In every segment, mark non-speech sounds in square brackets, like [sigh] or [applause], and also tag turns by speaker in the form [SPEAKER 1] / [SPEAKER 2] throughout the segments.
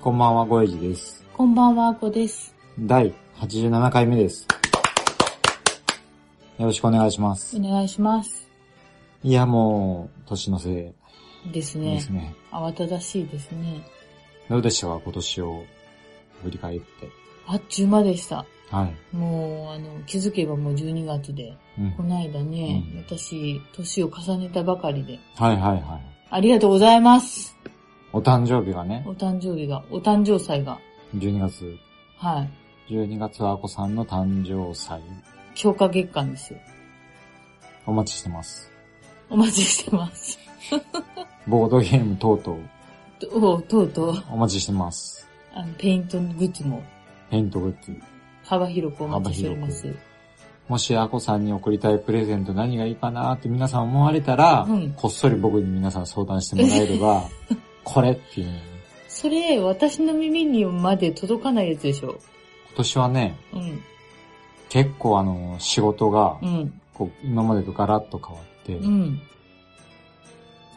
[SPEAKER 1] こんばんは、ごえじです。
[SPEAKER 2] こんばんはあこです
[SPEAKER 1] 第87回目です。よろしくお願いしま
[SPEAKER 2] お
[SPEAKER 1] す。
[SPEAKER 2] 願いします
[SPEAKER 1] いや、もう、年のせいで
[SPEAKER 2] ですね
[SPEAKER 1] すね。
[SPEAKER 2] 慌ただしいですね
[SPEAKER 1] どうでしたか、今年を振り返って。
[SPEAKER 2] あっちゅう間でした
[SPEAKER 1] はい。
[SPEAKER 2] もうあの気づけばもう12月で
[SPEAKER 1] うん
[SPEAKER 2] こ。の間ね、
[SPEAKER 1] うん
[SPEAKER 2] 私年を重ねたばかりで
[SPEAKER 1] はいはいはい。
[SPEAKER 2] ありがとうございます
[SPEAKER 1] お誕生日がね
[SPEAKER 2] お、誕生日がお誕生祭が
[SPEAKER 1] 12月、
[SPEAKER 2] はい
[SPEAKER 1] 12月はあこさんの誕生祭、
[SPEAKER 2] 強化月間ですよ。
[SPEAKER 1] お待ちしてます。
[SPEAKER 2] お待ちしてます。
[SPEAKER 1] ボードゲーム等々、
[SPEAKER 2] とおとうとう、
[SPEAKER 1] お待ちしてます。
[SPEAKER 2] あの、ペイントグッズも
[SPEAKER 1] ヘントグッズ。
[SPEAKER 2] 幅広くお待ちしております。
[SPEAKER 1] もしあこさんに送りたいプレゼント何がいいかなって皆さん思われたら、
[SPEAKER 2] うん
[SPEAKER 1] こっそり僕に皆さん相談してもらえ
[SPEAKER 2] [laughs]
[SPEAKER 1] れば、これっていうのに
[SPEAKER 2] それ、私の耳にまで届かないやつでしょ。
[SPEAKER 1] 今年はね、
[SPEAKER 2] うん、
[SPEAKER 1] 結構あの、仕事が
[SPEAKER 2] う、ん、
[SPEAKER 1] こう、今までとガラッと変わって
[SPEAKER 2] う、ん。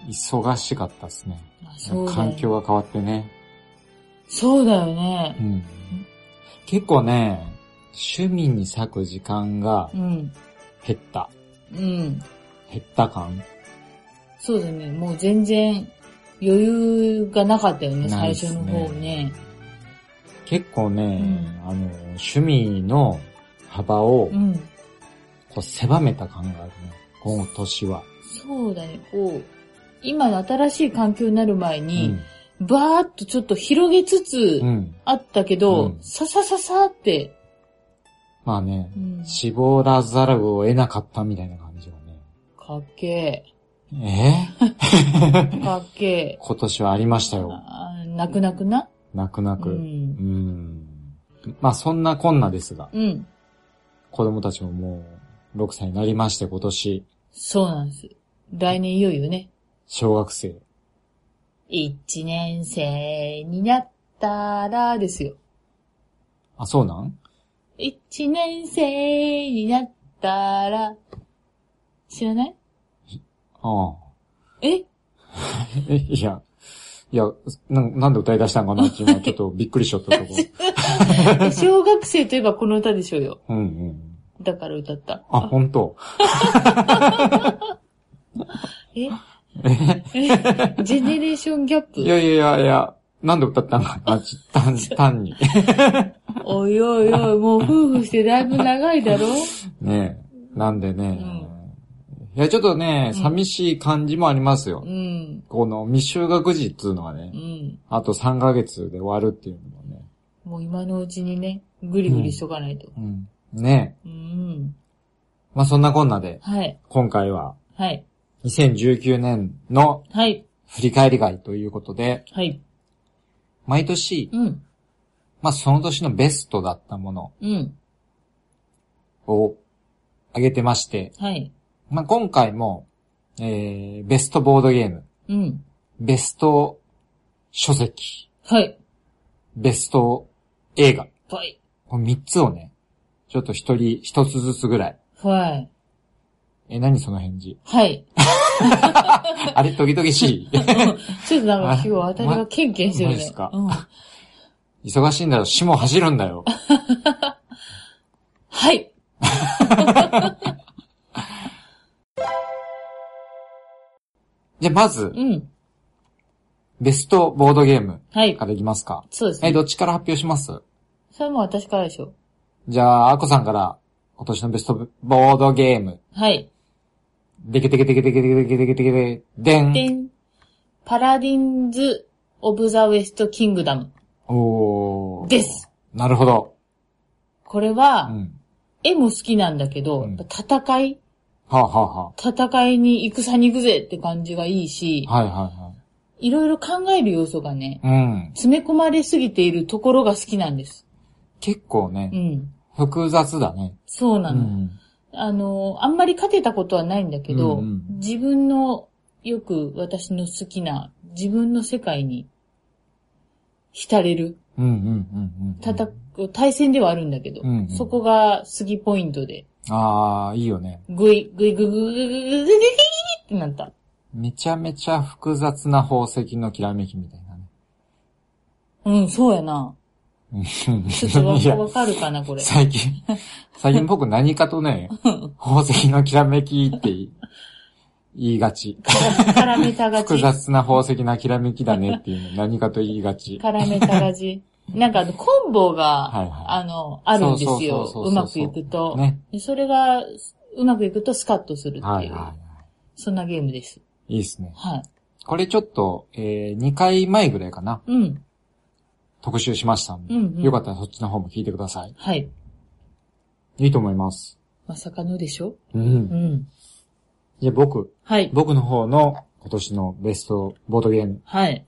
[SPEAKER 2] 忙
[SPEAKER 1] 忙しかったですね。
[SPEAKER 2] あそうだよ
[SPEAKER 1] 環境が変わってね。
[SPEAKER 2] そうだよ
[SPEAKER 1] う
[SPEAKER 2] ね。
[SPEAKER 1] ん。結構ね、趣味に割く時間が
[SPEAKER 2] うん、
[SPEAKER 1] 減った。
[SPEAKER 2] うん。
[SPEAKER 1] 減った感
[SPEAKER 2] そうだね。もう全然余裕がなかったよね、
[SPEAKER 1] ない
[SPEAKER 2] 最
[SPEAKER 1] っす
[SPEAKER 2] 初の方ね。
[SPEAKER 1] 結構ね、
[SPEAKER 2] うん
[SPEAKER 1] あの、趣味の幅を、
[SPEAKER 2] うん。
[SPEAKER 1] こう狭めた感があるね。今年は。
[SPEAKER 2] そうだね。こう、今の新しい環境になる前
[SPEAKER 1] う
[SPEAKER 2] に
[SPEAKER 1] ん、。
[SPEAKER 2] ばーっとちょっと広げつつ、
[SPEAKER 1] うん。
[SPEAKER 2] あったけど、
[SPEAKER 1] うん
[SPEAKER 2] ささささって、
[SPEAKER 1] まあね
[SPEAKER 2] う、ん、
[SPEAKER 1] 絞らざるを得なかったみたいな感じが
[SPEAKER 2] かっけ
[SPEAKER 1] ね。えー。
[SPEAKER 2] え、かっけえ
[SPEAKER 1] 今年はありましたよ。
[SPEAKER 2] あー泣く泣くな。
[SPEAKER 1] 泣く泣く。
[SPEAKER 2] う
[SPEAKER 1] うん。
[SPEAKER 2] ん。
[SPEAKER 1] まあそんなこんなですが、
[SPEAKER 2] うん。
[SPEAKER 1] 子供たちももう6歳になりまして今年、
[SPEAKER 2] そうなんです。来年いよいよね。
[SPEAKER 1] 小学生。
[SPEAKER 2] 一年生になったらですよ。
[SPEAKER 1] あ、そうなん
[SPEAKER 2] 一年生になったら、知らない
[SPEAKER 1] あ [laughs]
[SPEAKER 2] え
[SPEAKER 1] あ。え、いや、いや、ななんで歌い出したんかなっていうのはちょっとびっくりしちゃった [laughs] とこ。
[SPEAKER 2] 小学生といえばこの歌でしょうよ。
[SPEAKER 1] うんうん。
[SPEAKER 2] だから歌った。
[SPEAKER 1] あ、本当。 [laughs]
[SPEAKER 2] えジェネレーションギャッ
[SPEAKER 1] い
[SPEAKER 2] プ
[SPEAKER 1] やいやいやいや、なんで歌ったんかな、ち単
[SPEAKER 2] [laughs]
[SPEAKER 1] 単に。
[SPEAKER 2] おいおいおい、もう夫婦してだいぶ長いだろ
[SPEAKER 1] ねえ。なんでね、いや、ちょっとね、
[SPEAKER 2] うん
[SPEAKER 1] 寂しい感じもありますよ。
[SPEAKER 2] うん。
[SPEAKER 1] この未就学児っていうのがね、
[SPEAKER 2] うん。
[SPEAKER 1] あと3ヶ月で終わるっていうのもね。
[SPEAKER 2] もう今のうちにね、ぐりぐりしとかないと。
[SPEAKER 1] うん。ねえ。
[SPEAKER 2] うん。
[SPEAKER 1] まあ、そんなこんなで、
[SPEAKER 2] はい。
[SPEAKER 1] 今回は
[SPEAKER 2] はい。
[SPEAKER 1] 2019年の
[SPEAKER 2] はい。
[SPEAKER 1] 振り返り会ということで、
[SPEAKER 2] はい。
[SPEAKER 1] 毎年、
[SPEAKER 2] うん。
[SPEAKER 1] まあ、その年のベストだったもの
[SPEAKER 2] うん。
[SPEAKER 1] を上げてまして、
[SPEAKER 2] はい。
[SPEAKER 1] まあ、今回も、えー、ベストボードゲーム、
[SPEAKER 2] うん。
[SPEAKER 1] ベスト書籍、
[SPEAKER 2] はい。
[SPEAKER 1] ベスト映画。
[SPEAKER 2] はい。
[SPEAKER 1] この3つをね、ちょっと一人一つずつぐらい。
[SPEAKER 2] はい。
[SPEAKER 1] え、何その返事
[SPEAKER 2] はい。
[SPEAKER 1] あれ、トゲトゲし
[SPEAKER 2] ちょっとなんか今日あたりがケンケンしてるね。
[SPEAKER 1] マジっすか
[SPEAKER 2] うん。
[SPEAKER 1] い [laughs] 忙しいんだよ。死も走るんだよ。
[SPEAKER 2] はい。
[SPEAKER 1] じゃあ、まず、
[SPEAKER 2] うん。
[SPEAKER 1] ベストボードゲーム
[SPEAKER 2] はい。
[SPEAKER 1] からいきますか。
[SPEAKER 2] そうです
[SPEAKER 1] え、
[SPEAKER 2] ね。
[SPEAKER 1] どっちから発表します
[SPEAKER 2] それはもう私からでしょ。
[SPEAKER 1] じゃあ、アコさんから、今年のベストボードゲーム。
[SPEAKER 2] はい。
[SPEAKER 1] でけてけてけてけてけてけてけてけて、で
[SPEAKER 2] で
[SPEAKER 1] ん。
[SPEAKER 2] ん。パラディンズ・オブ・ザ・ウェスト・キングダム。
[SPEAKER 1] おー。
[SPEAKER 2] です。
[SPEAKER 1] なるほど。
[SPEAKER 2] これ
[SPEAKER 1] う
[SPEAKER 2] は、
[SPEAKER 1] ん。
[SPEAKER 2] 絵も好きなんだけど、
[SPEAKER 1] うん
[SPEAKER 2] やっぱ戦い
[SPEAKER 1] はあ、は
[SPEAKER 2] 戦いに、戦に行くぜって感じがいいし
[SPEAKER 1] あ、、はあ。はいはいはい。
[SPEAKER 2] いろいろ考える要素がね、
[SPEAKER 1] うん。
[SPEAKER 2] 詰め込まれすぎているところが好きなんです。
[SPEAKER 1] 結構
[SPEAKER 2] う
[SPEAKER 1] ね、
[SPEAKER 2] ん。
[SPEAKER 1] 複雑だね。
[SPEAKER 2] そう
[SPEAKER 1] う
[SPEAKER 2] なの。
[SPEAKER 1] ん。
[SPEAKER 2] あの、あんまり勝てたことはないんだけど、
[SPEAKER 1] うんうん
[SPEAKER 2] 自分の、よく私の好きな、自分の世界に、浸れる。
[SPEAKER 1] うんうんうんうん。
[SPEAKER 2] たた、対戦ではあるんだけど、
[SPEAKER 1] うんうん
[SPEAKER 2] そこが好きポイントで、
[SPEAKER 1] ああ、いいよね。
[SPEAKER 2] ぐい、ぐいぐいぐいぐいぐいぐいぐいぐいぐいってなった。
[SPEAKER 1] めちゃめちゃ複雑な宝石のきらめきみたいなね。
[SPEAKER 2] うん、そうやな。ちょっとわ
[SPEAKER 1] いや
[SPEAKER 2] わかるかな、これ。
[SPEAKER 1] 最近、最近僕何かとね、宝石のきらめきって言い言いがち。
[SPEAKER 2] 絡めたが
[SPEAKER 1] 複
[SPEAKER 2] ち。
[SPEAKER 1] 雑な宝石なきらめきだねっていうの何かと言いがち。
[SPEAKER 2] 絡めたがち。なんかあの、コンボが、
[SPEAKER 1] はいはい
[SPEAKER 2] あの、あるんですよ。
[SPEAKER 1] そうそうそうそうそう
[SPEAKER 2] うまくいくと。
[SPEAKER 1] ね
[SPEAKER 2] でそれが、うまくいくとスカッとするっていう。
[SPEAKER 1] はいは
[SPEAKER 2] そんなゲームです。
[SPEAKER 1] い。いいですね。
[SPEAKER 2] はい。
[SPEAKER 1] これちょっと、えー、2回前ぐらいかな。
[SPEAKER 2] うん。
[SPEAKER 1] 特集しましたんで。
[SPEAKER 2] うんうん
[SPEAKER 1] よかったらそっちの方も聞いてください。
[SPEAKER 2] はい。
[SPEAKER 1] いいと思います。
[SPEAKER 2] まさかのでしょ
[SPEAKER 1] うん
[SPEAKER 2] う。ん。
[SPEAKER 1] じゃあ僕、
[SPEAKER 2] はい。
[SPEAKER 1] 僕の方の今年のベストボードゲーム。
[SPEAKER 2] はい。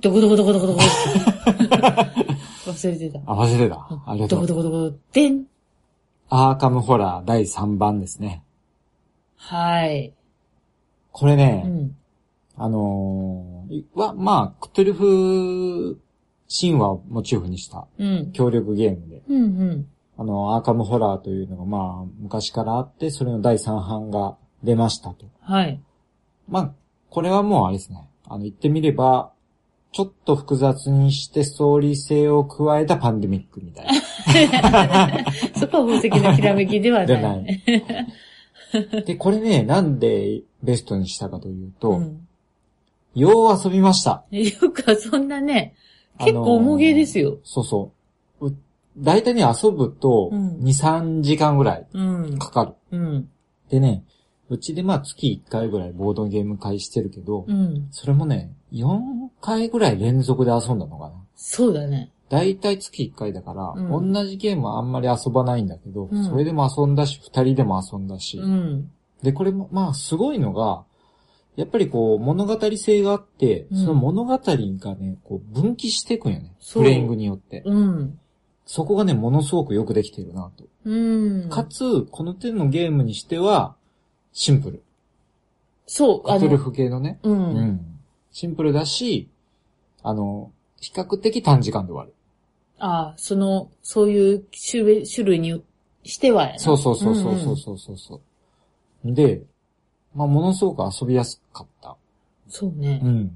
[SPEAKER 2] どこどこどこどこど
[SPEAKER 1] [laughs]
[SPEAKER 2] こ。忘れてた。
[SPEAKER 1] あ、忘れた。ありがと
[SPEAKER 2] どこ
[SPEAKER 1] う。
[SPEAKER 2] どこどこ、でん。
[SPEAKER 1] アーカムホラー第3番ですね。
[SPEAKER 2] はい。
[SPEAKER 1] これね、
[SPEAKER 2] うん。
[SPEAKER 1] あのー、は、まあ、クトゥルフ神話をモチーフにした
[SPEAKER 2] うん。
[SPEAKER 1] 協力ゲームで、
[SPEAKER 2] うんうん。
[SPEAKER 1] あの、アーカムホラーというのが、まあ、昔からあって、それの第3版が出ましたと。 [laughs]
[SPEAKER 2] はい。
[SPEAKER 1] まあ、これはもうあれですね。あの、言ってみれば、ちょっと複雑にしてストーリー性を加えたパンデミックみたいな。
[SPEAKER 2] そこは宝石のきらめきでは
[SPEAKER 1] じ
[SPEAKER 2] な
[SPEAKER 1] ゃ
[SPEAKER 2] い。
[SPEAKER 1] ない。で、これね、なんでベストにしたかというと、
[SPEAKER 2] うん
[SPEAKER 1] よう遊びました。
[SPEAKER 2] よくそんなね、
[SPEAKER 1] あのー
[SPEAKER 2] 結構重げですよ。
[SPEAKER 1] そうそう。う大体ね、遊ぶと、
[SPEAKER 2] うん
[SPEAKER 1] 2、3時間ぐらい
[SPEAKER 2] うん。
[SPEAKER 1] かか
[SPEAKER 2] う
[SPEAKER 1] る。
[SPEAKER 2] ん。
[SPEAKER 1] でね、うちでまあ月1回ぐらいボードゲーム会してるけど、
[SPEAKER 2] うん。
[SPEAKER 1] それもね、4回ぐらい連続で遊んだのかな。
[SPEAKER 2] そうだね。
[SPEAKER 1] 大体月1回だから、
[SPEAKER 2] うん
[SPEAKER 1] 同じゲームはあんまり遊ばないんだけど、
[SPEAKER 2] うん
[SPEAKER 1] それでも遊んだし、2人でも遊んだし。
[SPEAKER 2] うん。
[SPEAKER 1] で、これもまあすごいのが、やっぱりこう物語性があって、
[SPEAKER 2] うん
[SPEAKER 1] その物語がね、こう分岐していくんよね。
[SPEAKER 2] そう
[SPEAKER 1] プレイングによって。
[SPEAKER 2] うん。
[SPEAKER 1] そこがね、ものすごくよくできているなと。
[SPEAKER 2] うん。
[SPEAKER 1] かつ、この手のゲームにしては、シンプル。
[SPEAKER 2] そう、
[SPEAKER 1] カ
[SPEAKER 2] あ
[SPEAKER 1] トゥル
[SPEAKER 2] の、
[SPEAKER 1] フ系のね。
[SPEAKER 2] う。
[SPEAKER 1] うんん。シンプルだし、あの、比較的短時間で終わる。
[SPEAKER 2] ああ、その、そういう種類種類にしてはやな
[SPEAKER 1] そうそうそうそうそうそうそうそう、で、まあ、ものすごく遊びやすかった。
[SPEAKER 2] そうね。
[SPEAKER 1] うん。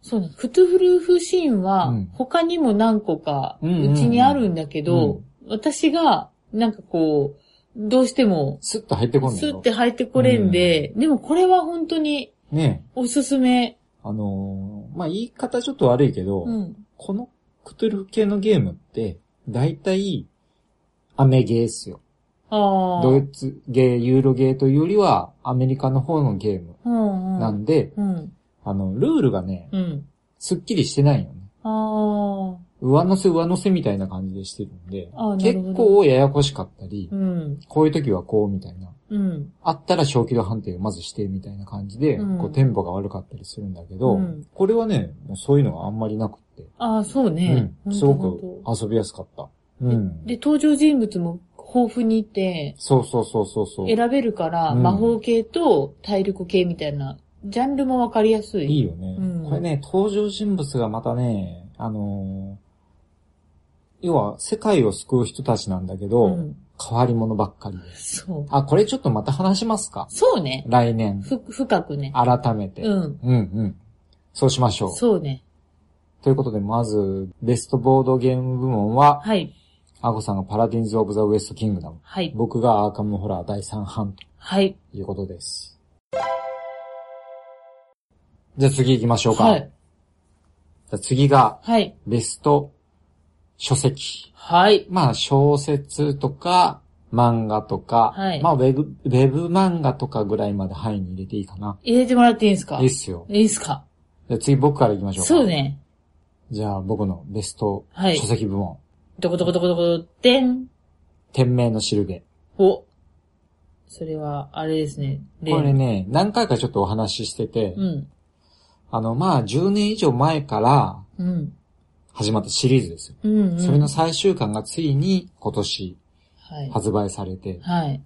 [SPEAKER 2] そうね。クトゥフルーフシーンは
[SPEAKER 1] うん、
[SPEAKER 2] 他にも何個か、
[SPEAKER 1] うんうんうん
[SPEAKER 2] うちにあるんだけど、私が、なんかこう、どうしても、
[SPEAKER 1] スッと入ってこんね
[SPEAKER 2] ス
[SPEAKER 1] ん
[SPEAKER 2] ッ
[SPEAKER 1] よ
[SPEAKER 2] て。入ってこれんで、でもこれは本当に
[SPEAKER 1] ねえ
[SPEAKER 2] おすすめ。
[SPEAKER 1] あのーまあ、言い方ちょっと悪いけど、
[SPEAKER 2] うん。
[SPEAKER 1] このクトゥルフ系のゲームって、だいたい、アメゲーっすよ。
[SPEAKER 2] ああ。
[SPEAKER 1] ドイツゲー、ユーロゲーというよりは、アメリカの方のゲーム
[SPEAKER 2] うんうん。
[SPEAKER 1] なんで、
[SPEAKER 2] うん。
[SPEAKER 1] あの、ルールがね、
[SPEAKER 2] うん。
[SPEAKER 1] すっきりしてないよね。
[SPEAKER 2] あ
[SPEAKER 1] 上乗せ上乗せみたいな感じでしてるんで
[SPEAKER 2] あ、なるほど
[SPEAKER 1] 結構ややこしかったり
[SPEAKER 2] あ。う、ん。
[SPEAKER 1] こういう時はこうみたいな。
[SPEAKER 2] うん。
[SPEAKER 1] あったら小規度判定をまずしてみたいな感じで、
[SPEAKER 2] うん
[SPEAKER 1] こうテンポが悪かったりするんだけど、
[SPEAKER 2] うん
[SPEAKER 1] これはね、もうそういうのがあんまりなくって、
[SPEAKER 2] ああ、そうね。
[SPEAKER 1] う
[SPEAKER 2] ほ
[SPEAKER 1] ん、
[SPEAKER 2] ん
[SPEAKER 1] す
[SPEAKER 2] と
[SPEAKER 1] ご
[SPEAKER 2] ほんと
[SPEAKER 1] く遊びやすかった。うん。
[SPEAKER 2] で、登場人物も豊富にいて、
[SPEAKER 1] そうそうそうそうそう。い
[SPEAKER 2] 選べるから、
[SPEAKER 1] うん
[SPEAKER 2] 魔法系と体力系みたいな、ジャンルもわかりやすい。
[SPEAKER 1] いよね、
[SPEAKER 2] うん
[SPEAKER 1] これね、登場人物がまたね、あのー要は世界を救う人たちなんだけど、
[SPEAKER 2] うん。
[SPEAKER 1] 変わり者ばっかりです。
[SPEAKER 2] そう。
[SPEAKER 1] あ、これちょっとまた話しますか
[SPEAKER 2] そうね。
[SPEAKER 1] 来年、
[SPEAKER 2] ふ、深くね。
[SPEAKER 1] 改めて。
[SPEAKER 2] うん。
[SPEAKER 1] うんうん。そうしましょう。
[SPEAKER 2] そうね。
[SPEAKER 1] ということで、まず、ベストボードゲーム部門は、
[SPEAKER 2] はい。
[SPEAKER 1] アコさんがパラディンズ・オブ・ザ・ウエスト・キングダム。
[SPEAKER 2] はい。
[SPEAKER 1] 僕がアーカム・ホラー第3版と
[SPEAKER 2] はい。
[SPEAKER 1] いうことです。じゃあ次行きましょうか。
[SPEAKER 2] は
[SPEAKER 1] じ
[SPEAKER 2] い。
[SPEAKER 1] ゃあ次が、
[SPEAKER 2] はい。
[SPEAKER 1] ベスト書籍。
[SPEAKER 2] はい。
[SPEAKER 1] まあ、小説とか、漫画とか、
[SPEAKER 2] はい
[SPEAKER 1] まあウェブ、ウェブ漫画とかぐらいまで範囲に入れていいかな。
[SPEAKER 2] 入れてもらっていいですか
[SPEAKER 1] いいっすよ。
[SPEAKER 2] いいっすか
[SPEAKER 1] じゃあ次僕から行きましょうか。
[SPEAKER 2] そう。ね。
[SPEAKER 1] じゃあ僕のベスト
[SPEAKER 2] はい
[SPEAKER 1] 書籍部門。
[SPEAKER 2] どこどこどこどこ、でん。
[SPEAKER 1] 天命のしるべ。
[SPEAKER 2] お。それは、あれですね。例の
[SPEAKER 1] これ。ね、何回かちょっとお話ししてて、
[SPEAKER 2] うん。
[SPEAKER 1] あの、まあ、10年以上前から
[SPEAKER 2] うん。
[SPEAKER 1] 始まったシリーズですよ。
[SPEAKER 2] うん、うん。
[SPEAKER 1] それの最終巻がついに今年
[SPEAKER 2] はい。
[SPEAKER 1] 発売されて、
[SPEAKER 2] はい。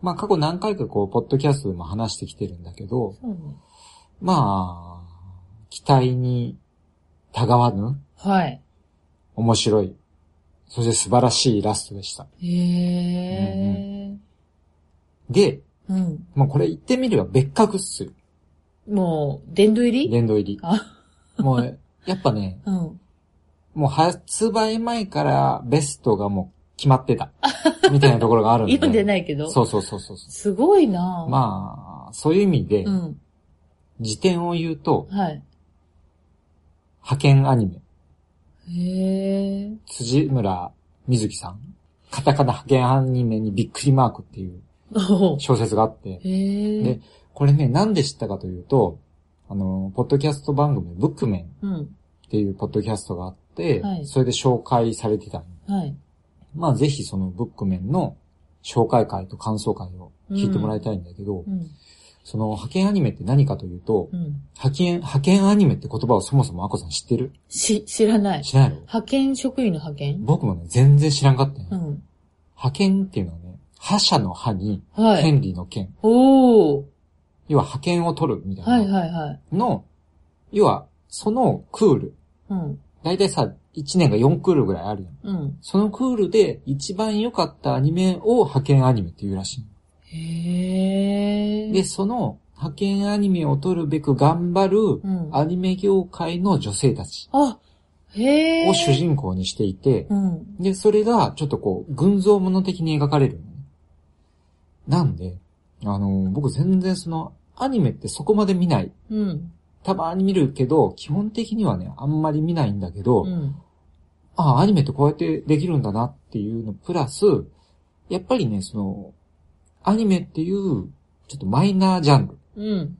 [SPEAKER 1] まあ、過去何回かこう、ポッドキャストでも話してきてるんだけど、
[SPEAKER 2] そうね。
[SPEAKER 1] まあ、期待にたがわぬ
[SPEAKER 2] はい。
[SPEAKER 1] 面白い、そして素晴らしいイラストでした。
[SPEAKER 2] へえ。
[SPEAKER 1] で、
[SPEAKER 2] うん。
[SPEAKER 1] もうこれ言ってみれば別格っすよ。
[SPEAKER 2] もう、殿堂入り
[SPEAKER 1] 殿堂入
[SPEAKER 2] あ、 [laughs]
[SPEAKER 1] り。もう、やっぱね、
[SPEAKER 2] うん。
[SPEAKER 1] もう発売前からベストがもう決まってた。みたいなところがあるんで。
[SPEAKER 2] 読んで [laughs] ないいけど。
[SPEAKER 1] そうそうそうそう。
[SPEAKER 2] すごいなぁ。
[SPEAKER 1] まあ、そういう意味で
[SPEAKER 2] う、ん。
[SPEAKER 1] 辞典を言うと、
[SPEAKER 2] はい。
[SPEAKER 1] 派遣アニメ、
[SPEAKER 2] へえ。
[SPEAKER 1] 辻村瑞希さん、カタカナ派遣アニメにびっくりマークっていう
[SPEAKER 2] おう
[SPEAKER 1] 小説があって、
[SPEAKER 2] へえ。
[SPEAKER 1] で、これね、なんで知ったかというと、あの、ポッドキャスト番組、ブックメン
[SPEAKER 2] うん。
[SPEAKER 1] っていうポッドキャストがあって、
[SPEAKER 2] はい
[SPEAKER 1] それで紹介されてたの。
[SPEAKER 2] はい。
[SPEAKER 1] まあ、ぜひそのブックメンの紹介会と感想会を聞いてもらいたいんだけど、
[SPEAKER 2] うん。
[SPEAKER 1] その派遣アニメって何かというと、
[SPEAKER 2] うん。
[SPEAKER 1] 派遣、派遣アニメって言葉をそもそもアコさん知ってる
[SPEAKER 2] し、知らない。
[SPEAKER 1] 知らないの
[SPEAKER 2] 派遣職員の派遣
[SPEAKER 1] 僕もね、全然知らんかったよ、
[SPEAKER 2] うん。
[SPEAKER 1] 派遣っていうのはね、覇者の覇に、
[SPEAKER 2] はい。
[SPEAKER 1] 権利の権。
[SPEAKER 2] おー。
[SPEAKER 1] 要は派遣を取るみたいな。
[SPEAKER 2] はいはいはい。
[SPEAKER 1] の、要は、そのクール。
[SPEAKER 2] うん。
[SPEAKER 1] だいたいさ、1年が4クールぐらいあるやん。
[SPEAKER 2] うん。
[SPEAKER 1] そのクールで一番良かったアニメを派遣アニメっていうらし
[SPEAKER 2] へ
[SPEAKER 1] い。
[SPEAKER 2] え。
[SPEAKER 1] で、。その派遣アニメを取るべく頑張る
[SPEAKER 2] うん。
[SPEAKER 1] アニメ業界の女性たち
[SPEAKER 2] あ、へえ。
[SPEAKER 1] を主人公にしていて、
[SPEAKER 2] うん。
[SPEAKER 1] で、それがちょっとこう、群像物的に描かれるのね。なんで、あの、僕全然その、アニメってそこまで見ない。
[SPEAKER 2] うん。
[SPEAKER 1] たまに見るけど、基本的にはね、あんまり見ないんだけど、
[SPEAKER 2] うん。
[SPEAKER 1] ああ、アニメってこうやってできるんだなっていうの、プラス、やっぱりね、その、アニメっていう、ちょっとマイナージャンル。
[SPEAKER 2] うん。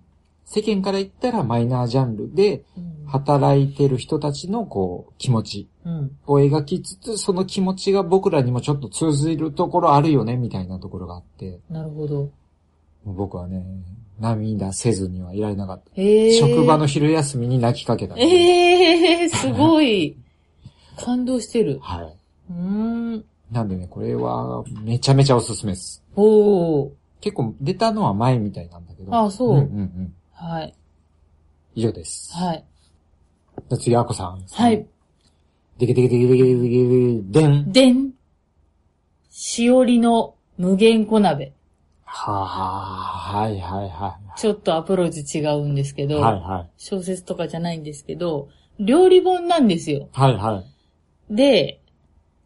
[SPEAKER 1] 世間から言ったらマイナージャンルで、
[SPEAKER 2] うん。
[SPEAKER 1] 働いてる人たちのこう、気持ち
[SPEAKER 2] うん。
[SPEAKER 1] を描きつつ、その気持ちが僕らにもちょっと通ずるところあるよね、みたいなところがあって、
[SPEAKER 2] なるほど。
[SPEAKER 1] もう僕はね、涙せずにはいられなかった。
[SPEAKER 2] へえ。
[SPEAKER 1] 職場の昼休みに泣きかけた。
[SPEAKER 2] ええすごい。感動してる。
[SPEAKER 1] はい。
[SPEAKER 2] うーん。
[SPEAKER 1] なんでね、これは、めちゃめちゃおすすめです。
[SPEAKER 2] おー。
[SPEAKER 1] 結構出たのは前みたいなんだけど。
[SPEAKER 2] あそう
[SPEAKER 1] うんうんうん。
[SPEAKER 2] はい。
[SPEAKER 1] 以上です。
[SPEAKER 2] はい。
[SPEAKER 1] じゃあ次、あこさん。
[SPEAKER 2] はい。。
[SPEAKER 1] でけでけでけでけでけでけでん。
[SPEAKER 2] でん。しおりの無限小鍋。
[SPEAKER 1] はあ、はいはいは
[SPEAKER 2] ちょっとアプローチ違うんですけ
[SPEAKER 1] い。
[SPEAKER 2] ど、
[SPEAKER 1] はいはい。
[SPEAKER 2] 小説とかじゃないんですけど、料理本なんですよ。
[SPEAKER 1] はいはい。
[SPEAKER 2] で、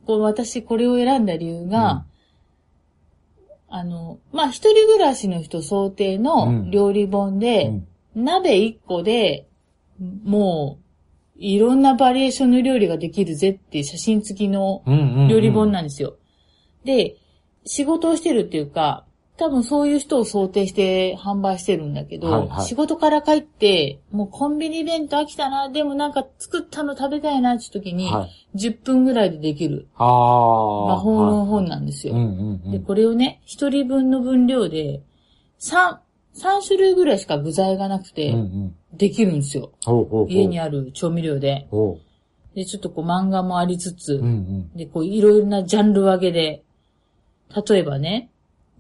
[SPEAKER 2] こう私これを選んだ理由が、あの、まあ、一人暮らしの人想定の料理本
[SPEAKER 1] う
[SPEAKER 2] で、
[SPEAKER 1] ん、
[SPEAKER 2] 鍋一個で、もう、いろんなバリエーションの料理ができるぜっていう写真付きの
[SPEAKER 1] うん。うんうん。
[SPEAKER 2] 料理本なんんですよ。で、仕事をしてるっていうか、多分そういう人を想定して販売してるんだけど、
[SPEAKER 1] はいはい
[SPEAKER 2] 仕事から帰って、もうコンビニ弁当飽きたな、でもなんか作ったの食べたいなって時に、
[SPEAKER 1] はい。
[SPEAKER 2] 10分ぐらいでできる
[SPEAKER 1] ああ。
[SPEAKER 2] 魔法の本
[SPEAKER 1] ん
[SPEAKER 2] なんです
[SPEAKER 1] で
[SPEAKER 2] よ。
[SPEAKER 1] うんうんうん。
[SPEAKER 2] で、これをね、一人分の分量で、3、3種類ぐらいしか具材がなくて、
[SPEAKER 1] うんうん。
[SPEAKER 2] できるんですよ。
[SPEAKER 1] ほうほうほう。
[SPEAKER 2] 家に
[SPEAKER 1] あ
[SPEAKER 2] ある調味料で。
[SPEAKER 1] ほ
[SPEAKER 2] で、ちょっとこう漫画もありつつ、
[SPEAKER 1] う。うんうん。
[SPEAKER 2] で、こういろいろなジャンル分けで、例えばね、